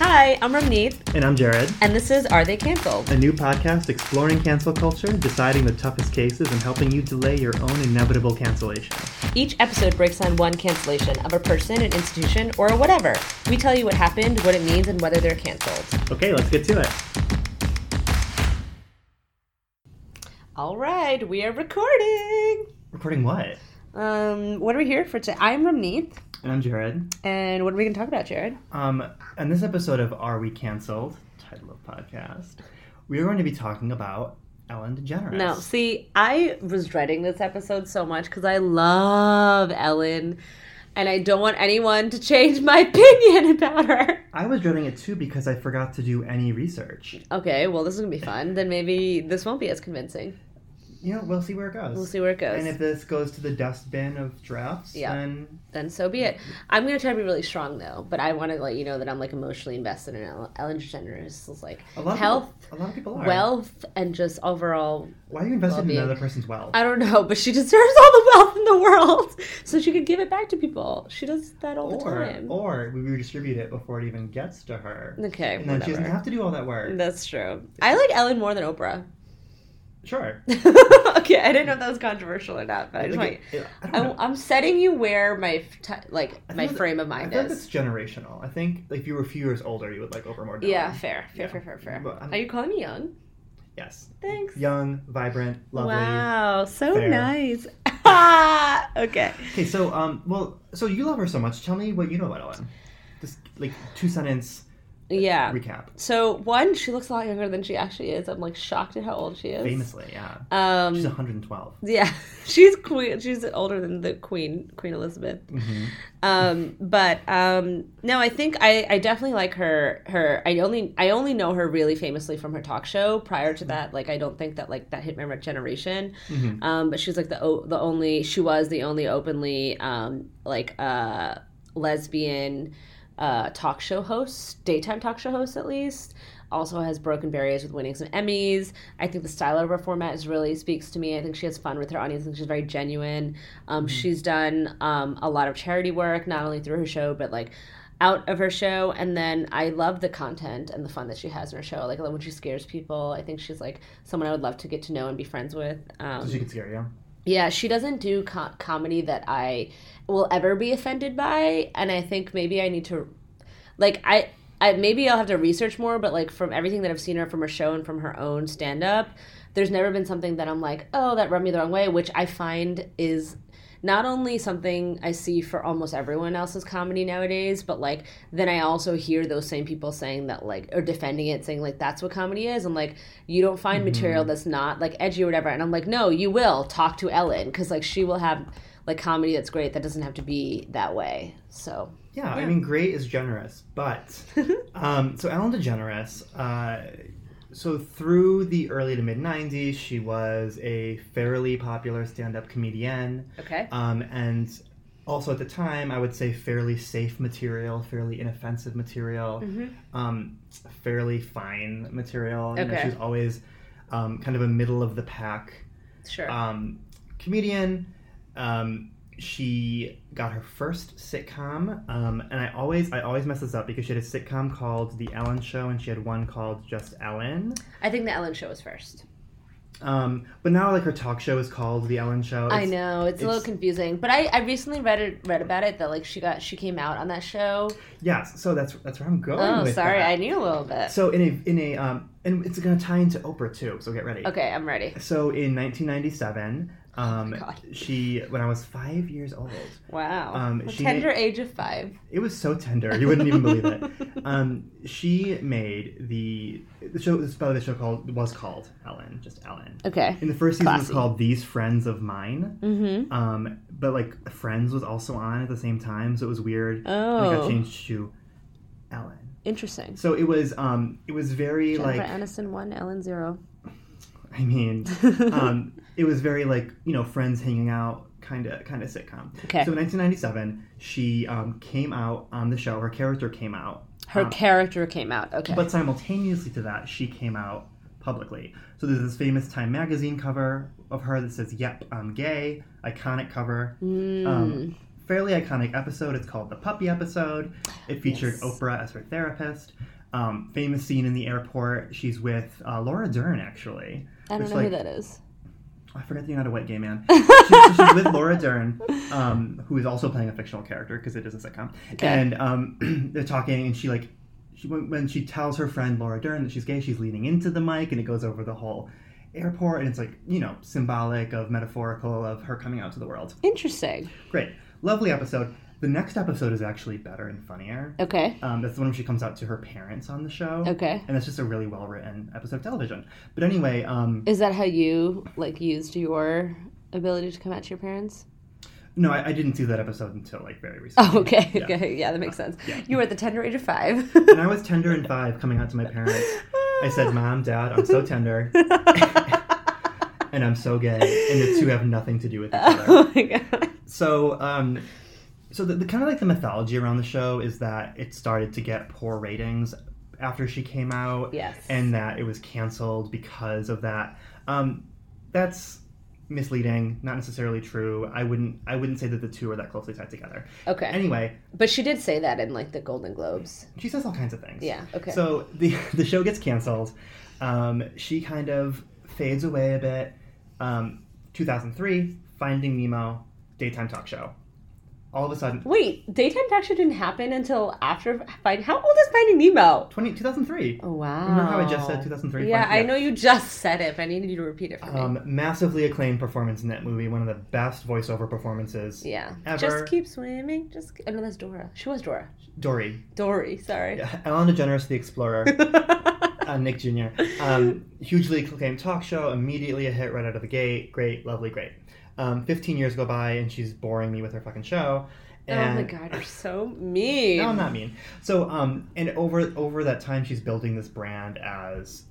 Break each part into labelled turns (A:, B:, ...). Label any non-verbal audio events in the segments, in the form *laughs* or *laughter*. A: Hi, I'm Ramneet,
B: And I'm Jared,
A: and this is Are They Canceled?
B: a new podcast exploring cancel culture, deciding the toughest cases, and helping you delay your own inevitable cancellation.
A: Each episode breaks down one cancellation of a person, an institution, or whatever. We tell you what happened, what it means, and whether they're canceled.
B: Okay, let's get to it.
A: All right, we are recording.
B: Recording what?
A: Um, what are we here for today? I'm Ramneet,
B: And I'm Jared.
A: and what are we going to talk about, Jared?
B: Um, on this episode of Are We Canceled? Title of podcast. We are going to be talking about Ellen DeGeneres.
A: No, see, I was dreading this episode so much because I love Ellen, and I don't want anyone to change my *laughs* opinion about her.
B: I was dreading it too because I forgot to do any research.
A: Okay, well, this is going to be fun. Then maybe this won't be as convincing.
B: You know, we'll see where it goes.
A: We'll see where it goes.
B: And if this goes to the dustbin of drafts,
A: Yeah.
B: then
A: then so be it.
B: Mm-hmm.
A: I'm gonna try to be really strong though, but I want to let you know that I'm like emotionally invested in Ellen, Ellen DeGeneres. It's like
B: a lot of
A: health,
B: people, a lot of people are.
A: wealth, and just overall.
B: why are you invested in
A: well-being.
B: another person's wealth?
A: I don't know, but she deserves all the wealth in the world, *laughs* so she could give it back to people. She does that all the
B: or,
A: time.
B: or we redistribute it before it even gets to her.
A: okay,
B: and then she doesn't
A: whatever.
B: have to do all that work.
A: That's true. I like Ellen more than Oprah. *laughs*
B: Sure.
A: okay, I didn't know if that was controversial or not, but I just want.
B: Like, it- I don't
A: I'm,
B: know.
A: I'm setting you where my f- ti- like
B: I
A: my
B: feel that-
A: frame of
B: I
A: mind
B: feel like
A: is.
B: it's generational. I think like, if you were a few years older, you would like Oprah more. than
A: Yeah,
B: Ellen.
A: fair, fair,
B: Yeah.
A: fair, fair, fair.
B: But I'm-
A: Are you calling me young?
B: Yes.
A: Thanks.
B: Young, vibrant, lovely.
A: Wow, so
B: fair. *laughs*
A: nice. *laughs* Ah, okay.
B: Okay, so um, well, so you love her so much. Tell me what you know about Ellen. Just like two sentence
A: Yeah.
B: recap.
A: So one, she looks a lot younger than she actually is. I'm like shocked at how old she is.
B: Famously, yeah.
A: Um.
B: She's 112.
A: yeah, *laughs* she's queen. She's older than the queen, Queen Elizabeth.
B: hmm
A: Um, but um, no, I think I, I definitely like her. Her I only I only know her really famously from her talk show. Prior to that, like I don't think that like that hit my generation.
B: hmm
A: Um, but she was like the o- the only she was the only openly um, like uh, lesbian uh, talk show host, daytime talk show host at least. Also has broken barriers with winning some Emmys. I think the style of her format is really speaks to me. I think she has fun with her audience. I think she's very genuine. Um, She's done um, a lot of charity work, not only through her show but like out of her show and then i love the content and the fun that she has in her show like I love when she scares people i think she's like someone i would love to get to know and be friends with um,
B: So she can scare you.
A: yeah she doesn't do co- comedy that i will ever be offended by and i think maybe i need to like i I, maybe I'll have to research more, but like from everything that I've seen her from her show and from her own stand up, there's never been something that I'm like, oh, that rubbed me the wrong way, which I find is not only something I see for almost everyone else's comedy nowadays, but like then I also hear those same people saying that like or defending it, saying like that's what comedy is, and like you don't find material that's not like edgy or whatever. And I'm like, no, you will talk to Ellen because like she will have like comedy that's great that doesn't have to be that way. So
B: Yeah, I mean, great is generous, but um, so Ellen DeGeneres. Uh, so through the early to mid '90s, she was a fairly popular stand-up comedian,
A: okay,
B: um, and also at the time, I would say fairly safe material, fairly inoffensive material, um, fairly fine material. You know,
A: Okay.
B: she's always um, kind of a middle of the pack
A: sure.
B: um, comedian. Um, she got her first sitcom, um, and I always I always mess this up because she had a sitcom called The Ellen Show, and she had one called Just Ellen.
A: I think the Ellen show was first.
B: Um, but now like her talk show is called The Ellen Show.
A: I
B: It's-
A: know it's, a little
B: it's-
A: confusing, but I, I recently read it, read about it that like she got she came out on that show.
B: Yes, so that's that's where I'm going.
A: Oh,
B: with
A: sorry,
B: that.
A: I knew a little bit.
B: So in a in a um, and it's gonna tie into Oprah too. So get ready.
A: Okay, I'm ready.
B: So in 1997, um,
A: my Oh, God.
B: she when I was five years old,
A: Wow,
B: Um,
A: A
B: she-
A: tender age of five.
B: It was so tender. You wouldn't even
A: *laughs*
B: believe it. Um, she made the the show. This by the way, the show called was called Ellen, just Ellen.
A: Okay.
B: In the first season, it was
A: Classy.
B: called These Friends of Mine.
A: Mm-hmm.
B: Um, but like Friends was also on at the same time, so it was weird. And it got
A: Oh,
B: changed to Ellen.
A: interesting.
B: So it was um, it was very
A: Jennifer
B: like
A: Aniston one, Ellen zero.
B: I
A: *laughs*
B: mean,
A: Uh,
B: um, it was very like you know friends hanging out kind of kind of sitcom.
A: Okay.
B: So in 1997, she um, came out on the show. Her character came out
A: Her
B: um,
A: character came out. Okay.
B: But simultaneously to that, she came out publicly. So there's this famous Time magazine cover of her that says, Yep, I'm gay. Iconic cover.
A: Mm.
B: Um, fairly iconic episode. It's called The Puppy Episode. It featured
A: Yes.
B: Oprah as her therapist. Um, famous scene in the airport. She's with uh, Laura Dern, actually.
A: I don't
B: It's
A: know who
B: like-
A: that is.
B: I forget that you're not a white gay man. She- so she's with Laura Dern, um, who is also playing a fictional character because it is a sitcom.
A: Okay.
B: And um, *clears throat* they're talking, and she like, she when, when she tells her friend Laura Dern that she's gay, she's leaning into the mic, and it goes over the whole airport, and it's like you know symbolic of metaphorical of her coming out to the world.
A: Interesting.
B: Great, lovely episode. The next episode is actually better and funnier.
A: Okay.
B: Um, that's the one where she comes out to her parents on the show.
A: Okay.
B: And that's just a really well written episode of television. But anyway, um,
A: Is that how you like used your ability to come out to your parents?
B: no, I, I didn't see that episode until like very recently.
A: *laughs* Oh, okay.
B: Yeah.
A: Okay. Yeah, that makes sense.
B: Yeah.
A: You were at the tender age of five. *laughs*
B: When I was tender and five, coming out to my parents, I said, "Mom, Dad, I'm so tender, and I'm so gay, and the two have nothing to do with each
A: *laughs*
B: other."
A: oh my god.
B: So, um, so the, the kind of like the mythology around the show is that it started to get poor ratings after she came out,
A: Yes.
B: and that it was canceled because of that. Um, that's misleading, not necessarily true. I wouldn't, I wouldn't say that the two are that closely tied together.
A: okay.
B: Anyway,
A: But she did say that in like the Golden Globes.
B: she says all kinds of things.
A: Yeah. Okay.
B: So the *laughs* the show gets canceled. Um, she kind of fades away a bit. Um, 2003, Finding Nemo, daytime talk show. All of a sudden,
A: Wait, daytime talk show didn't happen until after Find. How old is Finding Nemo?
B: 20, 2003.
A: Oh wow.
B: Remember how I just said 2003?
A: Yeah,
B: Fine,
A: I know you just said it, but I needed you to repeat it for me.
B: Um, massively acclaimed performance in that movie. One of the best voiceover performances.
A: Yeah.
B: ever-
A: Just keep swimming. Just keep... oh no, that's Dora. She was Dora.
B: Dory, *laughs*
A: Dory. Sorry. *laughs* Oh
B: Ellen DeGeneres, the Explorer, uh, Nick Jr. Um, hugely acclaimed talk show, immediately a hit right out of the gate. Great, lovely, great. Um, 15 years go by and she's boring me with her fucking show.
A: oh
B: And
A: my god, you're so mean.
B: No, I'm not mean. So, um, and over over that time, she's building this brand as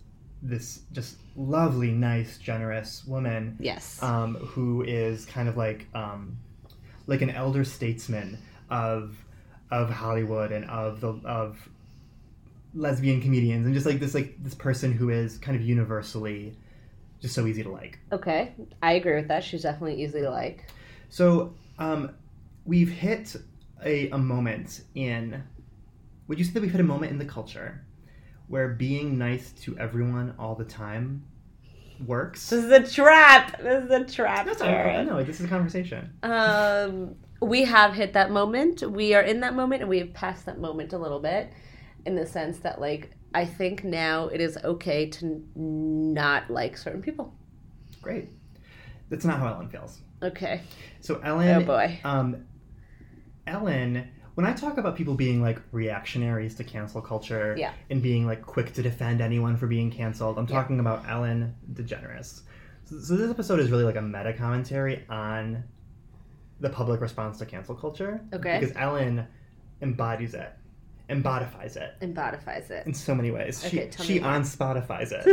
B: this just lovely, nice, generous woman
A: Yes.
B: um, who is kind of like um, like an elder statesman of of Hollywood and of the of lesbian comedians and just like this like this person who is kind of universally just so easy to like.
A: okay, I agree with that. She's definitely easy to like.
B: So um, we've hit a, a moment in. Would you say that we've hit a moment in the culture where being nice to everyone all the time works?
A: This is a trap. This is a trap.
B: That's not,
A: Jared.
B: no, this is a conversation.
A: Um, we have hit that moment. We are in that moment, and we have passed that moment a little bit, in the sense that, like, I think now it is okay to n- not like certain people.
B: Great. That's not how Ellen feels.
A: Okay.
B: So
A: Oh
B: Ellen,
A: boy.
B: um, Ellen, when I talk about people being like reactionaries to cancel culture
A: Yeah.
B: and being like quick to defend anyone for being canceled, I'm
A: Yeah.
B: talking about Ellen DeGeneres. So, so this episode is really like a meta commentary on the public response to cancel culture.
A: Okay.
B: Because Ellen embodies it, embodifies it
A: And bodifies it.
B: in so many ways.
A: Okay,
B: she
A: tell me
B: she
A: more.
B: on Spotify's it.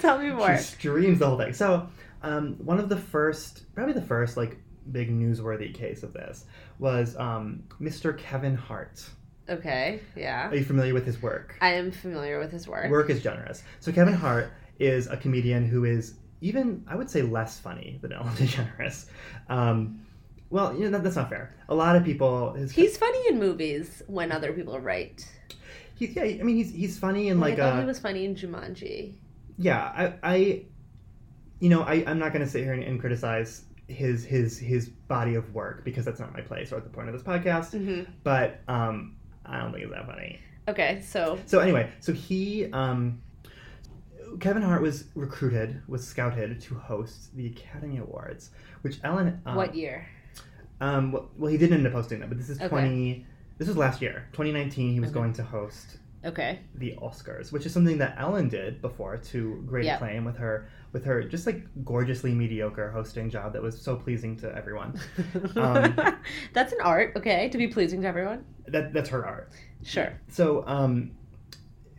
A: *laughs* Tell me more.
B: She streams the whole thing. So, um, one of the first, probably the first, like big newsworthy case of this was um, Mr. Kevin Hart.
A: Okay. Yeah.
B: Are you familiar with his work?
A: I am familiar with his work.
B: Work is generous. So Kevin Hart is a comedian who is even, I would say, less funny than Ellen *laughs* DeGeneres. Um, well, you know that, that's not fair. A lot of people, his,
A: He's funny in movies when other people are right.
B: he's yeah. I mean, he's he's funny and
A: Like,
B: like
A: I thought
B: uh,
A: he was funny in Jumanji.
B: yeah i i you know i i'm not going to sit here and, and criticize his his his body of work because that's not my place or the point of this podcast
A: hmm
B: but um i don't think it's that funny
A: Okay, so
B: so anyway so he um kevin hart was recruited was scouted to host the academy awards which ellen um,
A: what year?
B: um well, well, he didn't end up hosting them but this is
A: Okay.
B: 20 this was last year 2019 he was
A: Okay.
B: going to host
A: *laughs* Okay.
B: the Oscars, which is something that Ellen did before to great
A: Yep.
B: acclaim with her with her just like gorgeously mediocre hosting job that was so pleasing to everyone. Um,
A: *laughs* That's an art, okay, to be pleasing to everyone.
B: That that's her art.
A: Sure.
B: So um,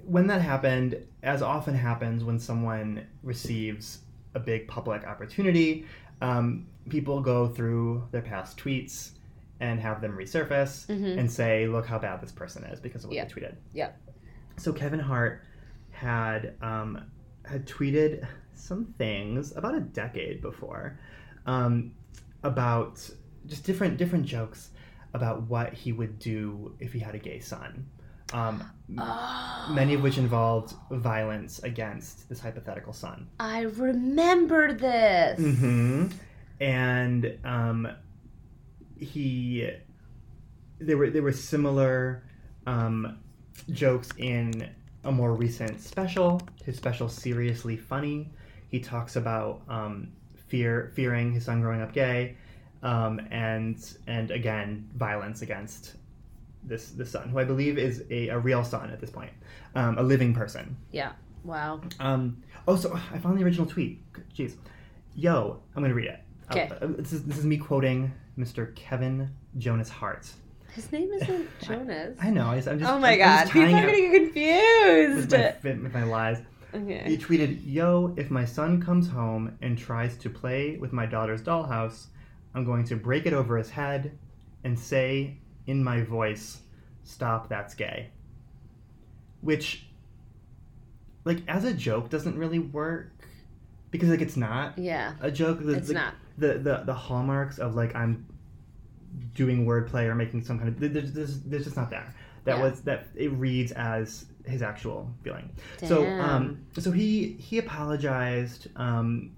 B: when that happened, as often happens when someone receives a big public opportunity, um, people go through their past tweets and have them resurface
A: Mhm.
B: and say, "Look how bad this person is because of what
A: Yeah.
B: they tweeted."
A: Yeah.
B: So Kevin Hart had um, had tweeted some things about a decade before um, about just different different jokes about what he would do if he had a gay son. um,
A: Oh.
B: many of which involved violence against this hypothetical son.
A: I remember this.
B: hmm And um, he, there were there were similar um, jokes in a more recent special. His special, seriously funny. He talks about um, fear, fearing his son growing up gay, um, and and again violence against this this son, who I believe is a, a real son at this point, um, a living person.
A: Yeah. Wow.
B: Um, oh, so I found the original tweet. Jeez. Yo, I'm going to read it.
A: Okay.
B: Uh, this, is, this is me quoting Mr. Kevin Jonas Hart.
A: His name isn't Jonas.
B: *laughs* I know. I just, I'm just,
A: oh my
B: I'm
A: god.
B: just
A: People
B: tying
A: are
B: it
A: getting
B: with
A: confused.
B: my, with my lies. He
A: Okay.
B: tweeted, Yo, if my son comes home and tries to play with my daughter's dollhouse, I'm going to break it over his head and say in my voice, Stop, that's gay. Which, like, as a joke, doesn't really work because, like, it's not
A: Yeah.
B: a joke. The,
A: It's
B: the,
A: not.
B: The, the, the hallmarks of, like, I'm doing wordplay or making some kind of. There's, there's, there's just not there. That
A: Yeah.
B: was, that it reads as his actual feeling. So um, so he he apologized, um,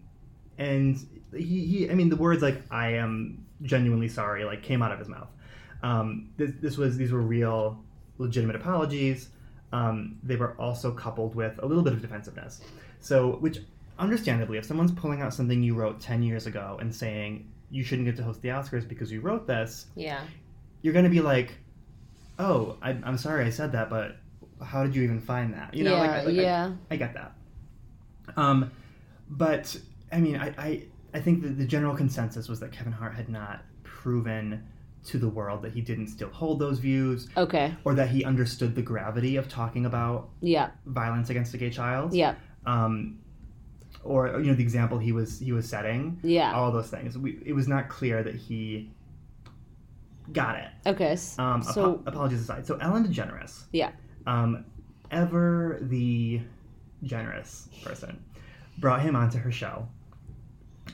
B: and he, he I mean the words like I am genuinely sorry like came out of his mouth. Um, this, this was these were real legitimate apologies. Um, they were also coupled with a little bit of defensiveness. So which understandably, if someone's pulling out something you wrote ten years ago and saying you shouldn't get to host the Oscars because you wrote this,
A: yeah.
B: you're gonna be like, oh, I, I'm sorry I said that, but how did you even find that? You know,
A: yeah.
B: like, I- like, I-
A: yeah.
B: I get that. Um, but I mean, I I, I think that the general consensus was that Kevin Hart had not proven to the world that he didn't still hold those views,
A: okay.
B: or that he understood the gravity of talking about
A: Yeah.
B: violence against a gay child.
A: Yeah.
B: Um, or you know, the example he was he was setting,
A: Yeah.
B: all those things. We, it was not clear that he got it.
A: Okay. s-
B: Um, apo-
A: So-
B: apologies aside. So Ellen DeGeneres.
A: Yeah.
B: Um, ever the generous person brought him onto her show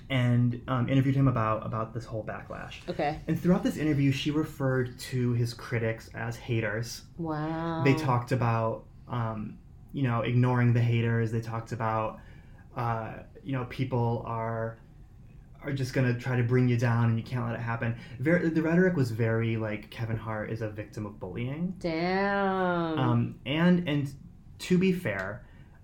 B: and um, interviewed him about about this whole backlash.
A: Okay.
B: And throughout this interview, she referred to his critics as haters.
A: Wow.
B: They talked about um, you know ignoring the haters. They talked about uh, you know people are are just gonna try to bring you down and you can't let it happen. Very, the rhetoric was very like Kevin Hart is a victim of bullying.
A: Damn.
B: Um, and and to be fair,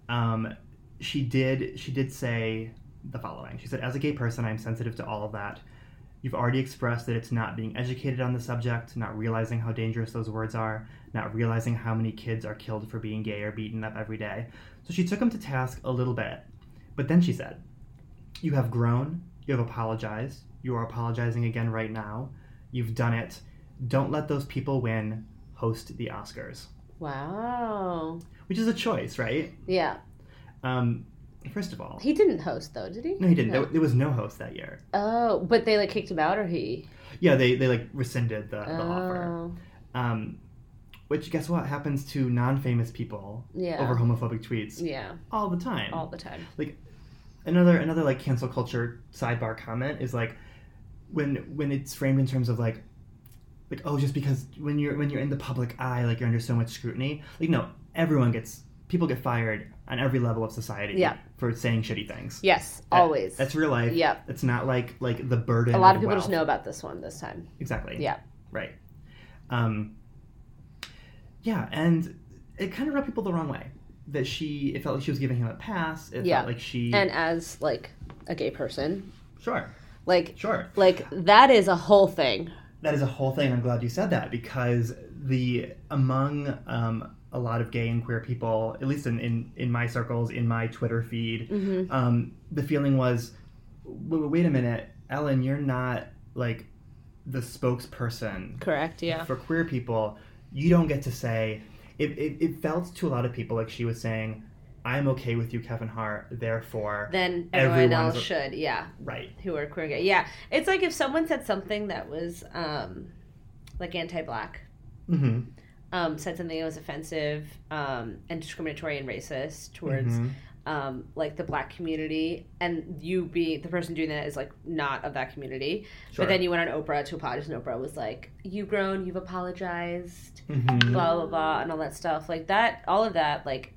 B: um, she did she did say the following. She said, "As a gay person, I'm sensitive to all of that. You've already expressed that it's not being educated on the subject, not realizing how dangerous those words are, not realizing how many kids are killed for being gay or beaten up every day." So she took him to task a little bit, but then she said, "You have grown. You have apologized. You are apologizing again right now. You've done it. Don't let those people win. Host the Oscars."
A: wow.
B: which is a choice, right?
A: Yeah.
B: Um, first of all,
A: He didn't host though, did he?
B: no, he didn't. There, there was no host that year.
A: Oh, but they like kicked him out, or he?
B: Yeah, they, they like rescinded the, the offer.
A: Oh,
B: Um, which guess what happens to non-famous people
A: yeah.
B: over homophobic tweets
A: Yeah,
B: all the time.
A: all the time.
B: another another like cancel culture sidebar comment is like when when it's framed in terms of like like oh just because when you're when you're in the public eye like you're under so much scrutiny like no everyone gets people get fired on every level of society
A: Yeah.
B: for saying shitty things.
A: Yes,
B: That-
A: always.
B: That's real life.
A: Yep.
B: It's not like like the burden.
A: A lot of people
B: wealth.
A: just know about this one this time.
B: exactly.
A: Yeah.
B: Right. Um. Yeah, and it kind of rubbed people the wrong way that she. It felt like she was giving him a pass. It
A: Yeah.
B: felt like she.
A: And as like a gay person,
B: sure,
A: like
B: sure.
A: like that is a whole thing.
B: That is a whole thing. I'm glad you said that because the among um, a lot of gay and queer people, at least in in, in my circles, in my Twitter feed,
A: Mm-hmm.
B: um, the feeling was, wait, wait a minute, Ellen, you're not like the spokesperson
A: Correct. Yeah.
B: for queer people, you don't get to say. It, it, it felt to a lot of people like she was saying, "I'm okay with you, Kevin Hart." Therefore,
A: Then everyone
B: Everyone's
A: else
B: a-
A: should. Yeah.
B: right,
A: Who are queer gay? Yeah. It's like if someone said something that was um, like anti-black,
B: mm-hmm. Mm-hmm.
A: um, said something that was offensive um, and discriminatory and racist towards um, like the black community, and you being the person doing that is like not of that community.
B: Sure.
A: But then you went on Oprah to apologize, and Oprah was like, "You've grown, you've apologized,
B: Mhm.
A: blah blah blah, and all that stuff. Like that, all of that, like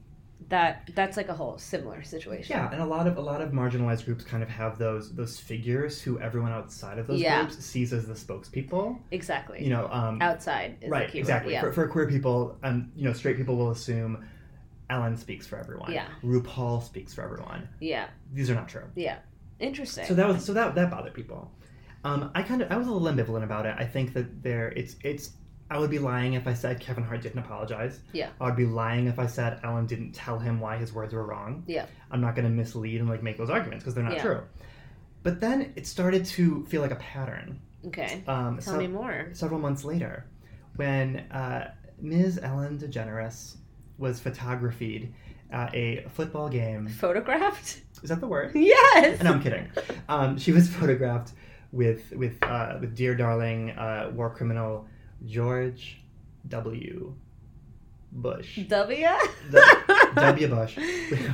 A: that. That's like a whole similar situation.
B: Yeah, and a lot of a lot of marginalized groups kind of have those those figures who everyone outside of those
A: Yeah.
B: groups sees as the spokespeople.
A: Exactly.
B: You know, um,
A: Outside is
B: right?
A: the key word.
B: exactly.
A: Yeah.
B: For, for queer people, um, you know, straight people will assume Ellen speaks for everyone.
A: Yeah.
B: RuPaul speaks for everyone.
A: yeah.
B: These are not true.
A: Interesting.
B: So that was so that that bothered people. Um, I kind of I was a little ambivalent about it. I think that there it's it's I would be lying if I said Kevin Hart didn't apologize.
A: Yeah.
B: I would be lying if I said Ellen didn't tell him why his words were wrong.
A: Yeah.
B: I'm not going to mislead and like make those arguments because they're not
A: Yeah.
B: true. But then it started to feel like a pattern.
A: okay.
B: Um,
A: Tell
B: so-
A: me more.
B: several months later, when uh, Ms. Ellen DeGeneres was photographed at a football game.
A: Photographed? *laughs*
B: Is that the word?
A: yes.
B: *laughs* No, Mm. I'm kidding. Um, she was *laughs* photographed with with uh, with dear darling uh, war criminal George W. Bush. *laughs*
A: W. *laughs*
B: w. Bush,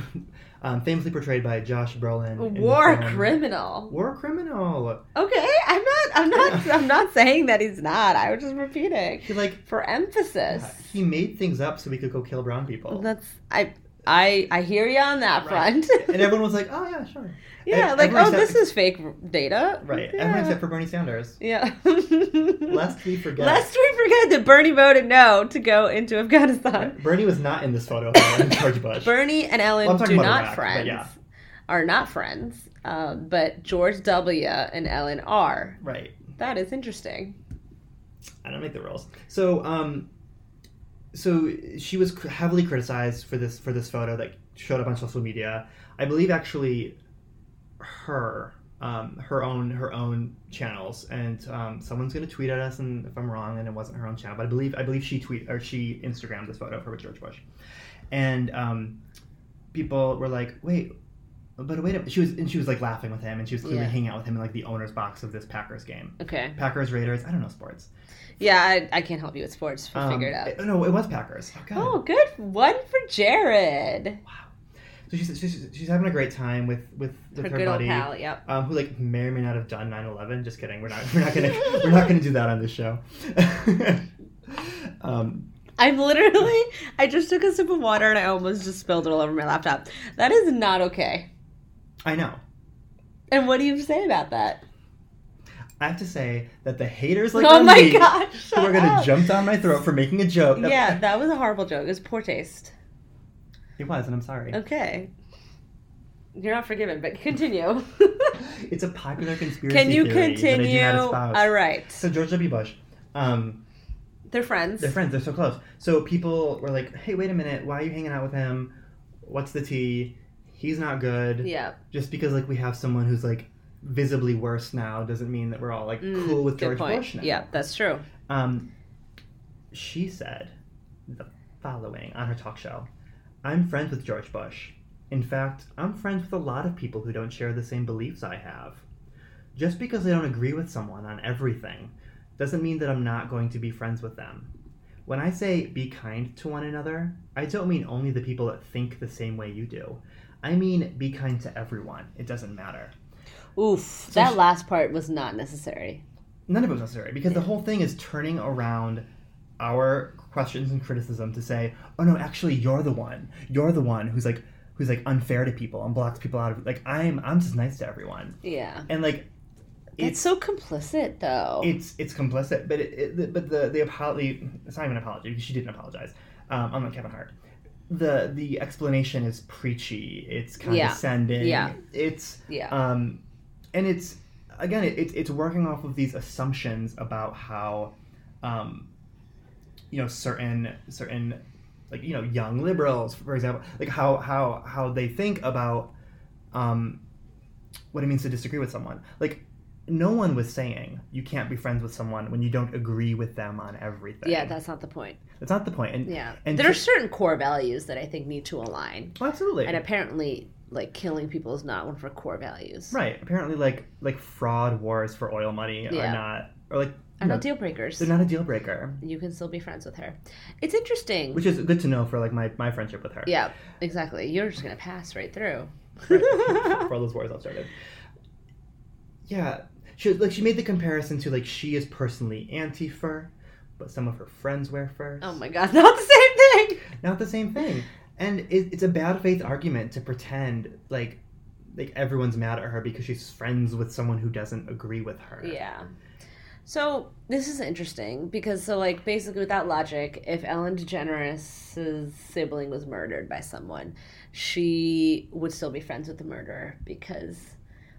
B: *laughs* um, famously portrayed by Josh Brolin. in the
A: War
B: film-
A: criminal.
B: War criminal.
A: Okay, I'm not. I'm not. I'm not saying that he's not. I was just repeating
B: He like
A: for emphasis.
B: he made things up so we could go kill brown people.
A: *laughs* That's I. I I hear you on that
B: Oh. Right.
A: front.
B: and everyone was like, "Oh yeah, sure."
A: *laughs* yeah,
B: ev-
A: like
B: everyone
A: oh,
B: said-
A: this is fake data.
B: Right.
A: Yeah.
B: Everyone except for
A: *laughs*
B: Bernie Sanders.
A: yeah.
B: *laughs* Lest we forget.
A: Lest we forget that Bernie voted no to go into Afghanistan.
B: Right. Bernie was not in this photo. Of
A: *laughs*
B: George Bush.
A: Bernie and Ellen
B: Well, I'm
A: do
B: talking about
A: not
B: Iraq, but
A: friends.
B: yeah.
A: Are not friends. Um, but George W. and Ellen are.
B: Right.
A: That is interesting.
B: I don't make the rules. So, um, so she was cr- heavily criticized for this for this photo that showed up on social media. I believe actually, her um, her own her own channels, and um, someone's gonna tweet at us. And if I'm wrong, and it wasn't her own channel, but I believe I believe she tweet or she Instagrammed this photo for with George Bush, and um, people were like, wait. But wait, a she was and she was like laughing with him, and she was clearly
A: Yeah.
B: hanging out with him in like the owner's box of this Packers game.
A: Okay.
B: Packers Raiders, I don't know sports.
A: Yeah, I, I can't help you with sports. Figure
B: Um,
A: it out.
B: it- no, it was Packers. Oh, God.
A: Oh, good one for Jared.
B: So she's, she's, she's having a great time with with, with
A: Her
B: her,
A: good old
B: buddy,
A: pal. Yep.
B: um, who like may or may not have done 9/11. Just kidding. We're not *laughs* we're not gonna we're not gonna do that on this show. *laughs* um,
A: I'm literally. *laughs* I just took a sip of water and I almost just spilled it all over my laptop. That is not okay.
B: I know.
A: And what do you say about that?
B: I have to say that the haters like
A: *laughs* oh
B: on
A: my
B: me *laughs*
A: gosh!
B: who are
A: shut
B: gonna
A: up.
B: jump down my throat for making a joke.
A: Yeah, that was a horrible joke. It was poor taste.
B: it was, and I'm sorry.
A: Okay. You're not forgiven, but
B: *laughs*
A: continue.
B: It's a popular conspiracy.
A: Can you
B: theory that I do
A: continue?
B: not espouse.
A: All right.
B: So George W. Bush. Um,
A: They're friends.
B: They're friends. They're so close. So people were like, "Hey, wait a minute. Why are you hanging out with him? What's the tea? He's not good.
A: Yeah.
B: Just because like we have someone who's like visibly worse now doesn't mean that we're all like
A: Mm,
B: cool with
A: good
B: George
A: point.
B: Bush now."
A: Yeah, that's true.
B: Um, she said the following on her talk show: "I'm friends with George Bush. In fact, I'm friends with a lot of people who don't share the same beliefs I have. Just because I don't agree with someone on everything doesn't mean that I'm not going to be friends with them. When I say be kind to one another, I don't mean only the people that think the same way you do. I mean be kind to everyone. It doesn't matter.
A: Oof. that last part was not necessary.
B: none of it was necessary because the whole thing is turning around our questions and criticism to say, oh no, actually you're the one. You're the one who's like who's like unfair to people and blocks people out of like I'm I'm just nice to everyone.
A: Yeah.
B: And like
A: It's
B: it's
A: so complicit, though.
B: it's it's complicit, but it, it but the the apology it's not even an apology because she didn't apologize. Um, unlike Kevin Hart, the the explanation is preachy. It's
A: Yeah.
B: condescending.
A: Yeah.
B: It's
A: yeah.
B: um, and it's again it, it's- it's working off of these assumptions about how um, you know certain certain like you know young liberals for example like how how how they think about um, what it means to disagree with someone like no one was saying you can't be friends with someone when you don't agree with them on everything
A: yeah, that's not the point.
B: that's not the point and
A: Yeah.
B: *laughs* And
A: there are
B: to-
A: certain core values that I think need to align.
B: absolutely
A: And apparently, like, killing people is not one of her core values.
B: Right. Apparently, like like fraud wars for oil money
A: Yeah.
B: are not or like
A: Are
B: no,
A: not deal breakers.
B: they're not a deal breaker,
A: You can still be friends with her. It's interesting.
B: which is good to know for like my, my friendship with her.
A: yeah, exactly. You're just gonna pass right through. *laughs*
B: *laughs* for all those wars I've started. Yeah, she like she made the comparison to like she is personally anti fur, but some of her friends wear furs.
A: oh my god, *laughs* not the same thing.
B: Not the same thing, and it, it's a bad faith argument to pretend like like everyone's mad at her because she's friends with someone who doesn't agree with her.
A: Yeah. So this is interesting because so like basically without logic, if Ellen DeGeneres' sibling was murdered by someone, she would still be friends with the murderer because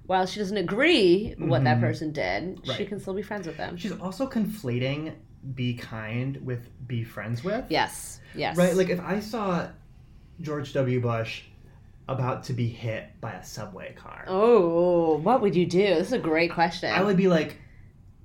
A: while she doesn't agree what that
B: Mhm.
A: person did, she
B: Right.
A: can still be friends with them.
B: She's also conflating be kind with be friends with.
A: Yes. Yes.
B: Right? Like if I saw George W. Bush about to be hit by a subway car.
A: Oh, what would you do? This is a great question.
B: I would be like,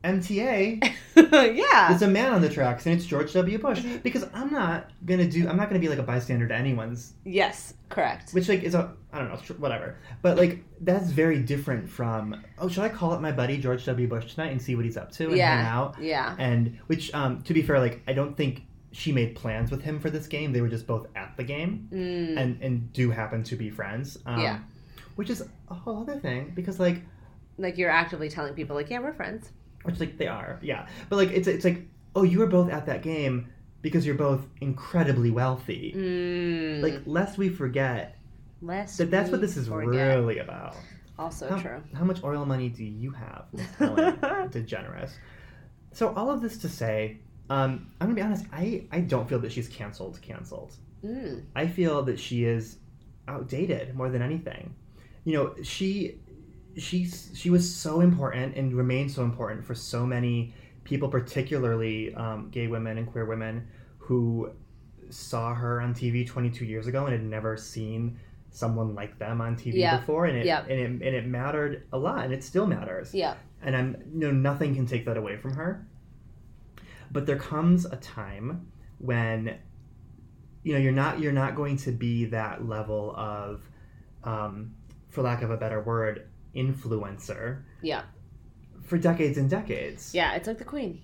B: MTA,
A: *laughs* yeah.
B: there's a man on the tracks and it's George
A: *laughs*
B: W. Bush. Because I'm not gonna do, I'm not gonna be like a bystander to anyone's,
A: Yes, correct.
B: which like is a, I don't know, tr- whatever. But like, that's very different from, oh, should I call up my buddy George W. Bush tonight and see what he's up to and hang
A: Yeah.
B: out?
A: Yeah.
B: And which, um, to be fair, like, I don't think she made plans with him for this game. They were just both at the game
A: Mm.
B: and, and do happen to be friends. Um,
A: Yeah.
B: Which is a whole other thing because like,
A: Like you're actively telling people like, yeah, we're friends.
B: which like they are, yeah. But like it's it's like oh, you were both at that game because you're both incredibly wealthy.
A: Mm.
B: Like lest we forget
A: less.
B: that that's what
A: we
B: this is
A: forget.
B: really about.
A: Also
B: Huh.
A: true.
B: How much oil money do you have,
A: *laughs*
B: Miss Ellen DeGeneres? So all of this to say, um, I'm gonna be honest. I I don't feel that she's canceled. Canceled.
A: Mm.
B: I feel that she is outdated more than anything. You know, she she she was so important and remains so important for so many people, particularly um, gay women and queer women who saw her on TV 22 years ago and had never seen someone like them on TV
A: Yeah.
B: before, and it,
A: Yeah.
B: and it and it mattered a lot, and it still matters
A: Yeah.
B: and I'm no nothing can take that away from her. But there comes a time when you know you're not you're not going to be that level of, um, for lack of a better word, influencer
A: Yeah.
B: for decades and decades.
A: Yeah. It's like the queen.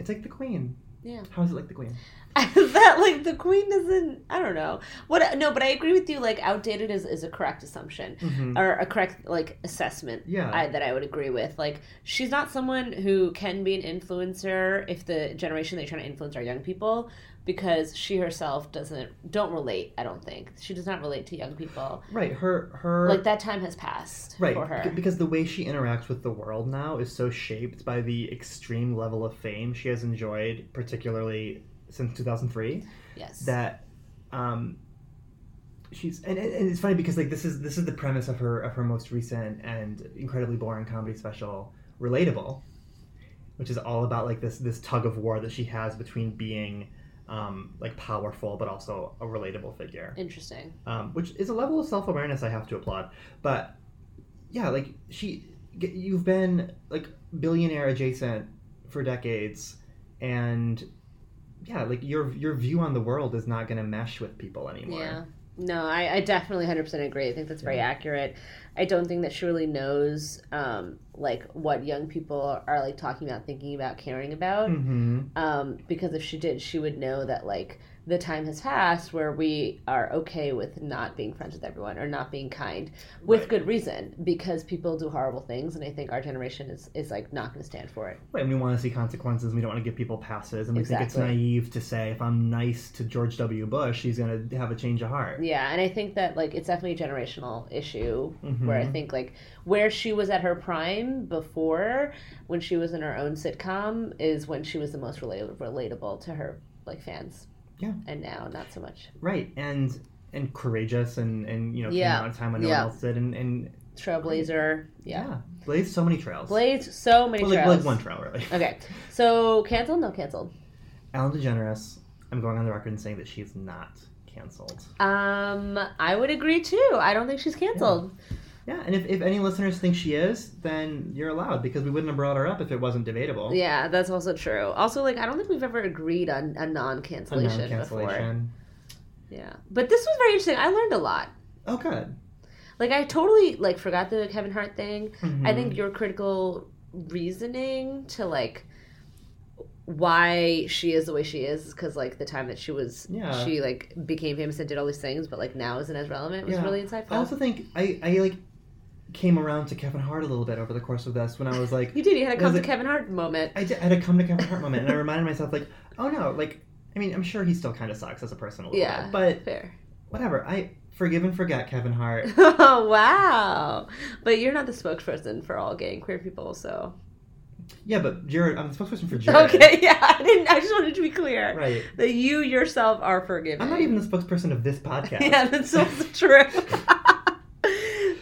B: It's like the Queen.
A: Yeah.
B: How is it like the Queen?
A: *laughs* that like the queen doesn't. I don't know. What? No, but I agree with you. Like outdated is is a correct assumption
B: Mhm.
A: or a correct like assessment.
B: Yeah.
A: I, that I would agree with. Like, she's not someone who can be an influencer if the generation they try to influence are young people, because she herself doesn't don't relate. I don't think she does not relate to young people.
B: right. Her her.
A: Like that time has passed
B: Right,
A: for her.
B: bec- because the way she interacts with the world now is so shaped by the extreme level of fame she has enjoyed, particularly since 2003.
A: Yes.
B: that um she's and, and and it's funny because like this is this is the premise of her of her most recent and incredibly boring comedy special relatable which is all about like this this tug of war that she has between being um like powerful but also a relatable figure
A: Interesting.
B: um which is a level of self-awareness i have to applaud but yeah like she g- you've been like billionaire adjacent for decades and yeah like your your view on the world is not going to mesh with people anymore
A: Yeah. No, I, I definitely 100% agree. I think that's very
B: Yeah.
A: accurate. I don't think that she really knows, um, like, what young people are, like, talking about, thinking about, caring about.
B: hmm
A: Um, because if she did, she would know that, like, the time has passed where we are okay with not being friends with everyone or not being kind with
B: Right.
A: good reason because people do horrible things. And I think our generation is, is like, not going to stand for it.
B: and we want to see consequences and we don't want to give people passes and we think it's
A: Exactly.
B: naive to say if i'm nice to george w bush he's going to have a change of heart
A: Yeah. And I think that, like, it's definitely a generational issue
B: Mhm.
A: where I think like where she was at her prime before when she was in her own sitcom is when she was the most relatable, relatable to her like fans.
B: Yeah.
A: And now not so much.
B: right and and courageous and and you know
A: Yeah.
B: came out of time when no
A: Yeah.
B: one else did and and
A: Trailblazer. Yeah.
B: blazed so many trails
A: Blades so many
B: well, like,
A: trails.
B: like one trail really *laughs*
A: Okay. So canceled, no canceled.
B: Ellen DeGeneres, I'm going on the record and saying that she's not canceled.
A: Um I would agree too. I don't think she's canceled.
B: Yeah, and if, if any listeners think she is, then you're allowed because we wouldn't have brought her up if it wasn't
A: Yeah,
B: debatable.
A: that's also true. Also like I don't think we've ever agreed on a non
B: A known
A: cancellation before.
B: cancellation.
A: Yeah. But this was very interesting. I learned a lot.
B: Oh, good.
A: Like I totally like forgot the Kevin Hart thing. I
B: Mhm.
A: think your critical reasoning to like why she is the way she is because like the time that she was
B: Yeah.
A: she like became famous and did all these things but like now isn't as relevant was
B: Yeah.
A: really insightful
B: Mm-hmm. I also think I, I like came around to Kevin Hart a little bit over the course of this when I was
A: *laughs*
B: like,
A: you did you had a
B: It was
A: come to
B: like-
A: kevin hart moment
B: I, did, I had a come to Kevin Hart moment, and I reminded myself like, oh no, like I mean, I'm sure he still kind of sucks as a person a little
A: yeah
B: bit, but
A: fair *laughs*
B: whatever. I forgive and forget Kevin Hart.
A: oh wow but you're not the spokesperson for all gay and queer people so
B: Yeah, but Jared, I'm the
A: *laughs*
B: spokesperson for Jared.
A: okay yeah i didn't i just wanted to be clear
B: Right.
A: that you yourself are forgiven
B: I'm not even the spokesperson of this
A: *laughs*
B: podcast.
A: yeah that's also true *laughs*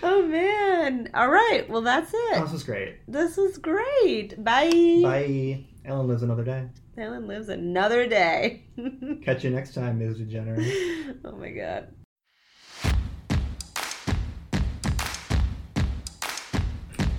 A: oh man all right well that's it
B: Oh, this was great.
A: this was great bye
B: Bye. Ellen lives another day.
A: Ellen lives another day. *laughs* oh
B: Catch you next time, Ms. Degenerate.
A: my god.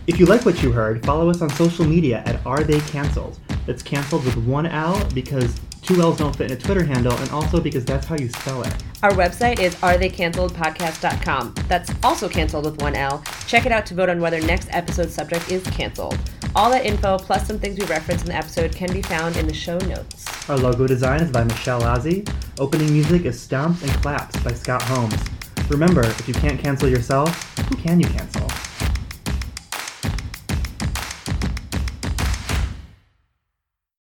B: If you like what you heard, follow us on social media at Are They Cancelled. That's cancelled with one L because two L's don't fit in a Twitter handle, and also because that's how you spell it.
A: Our website is aretheycanceledpodcast.com. That's also canceled with one L. Check it out to vote on whether next episode's subject is canceled. All that info plus some things we referenced in the episode can be found in the show notes.
B: Our logo design is by Michelle Ozzy. Opening music is Stomps and Claps by Scott Holmes. Remember, if you can't cancel yourself, who can you cancel?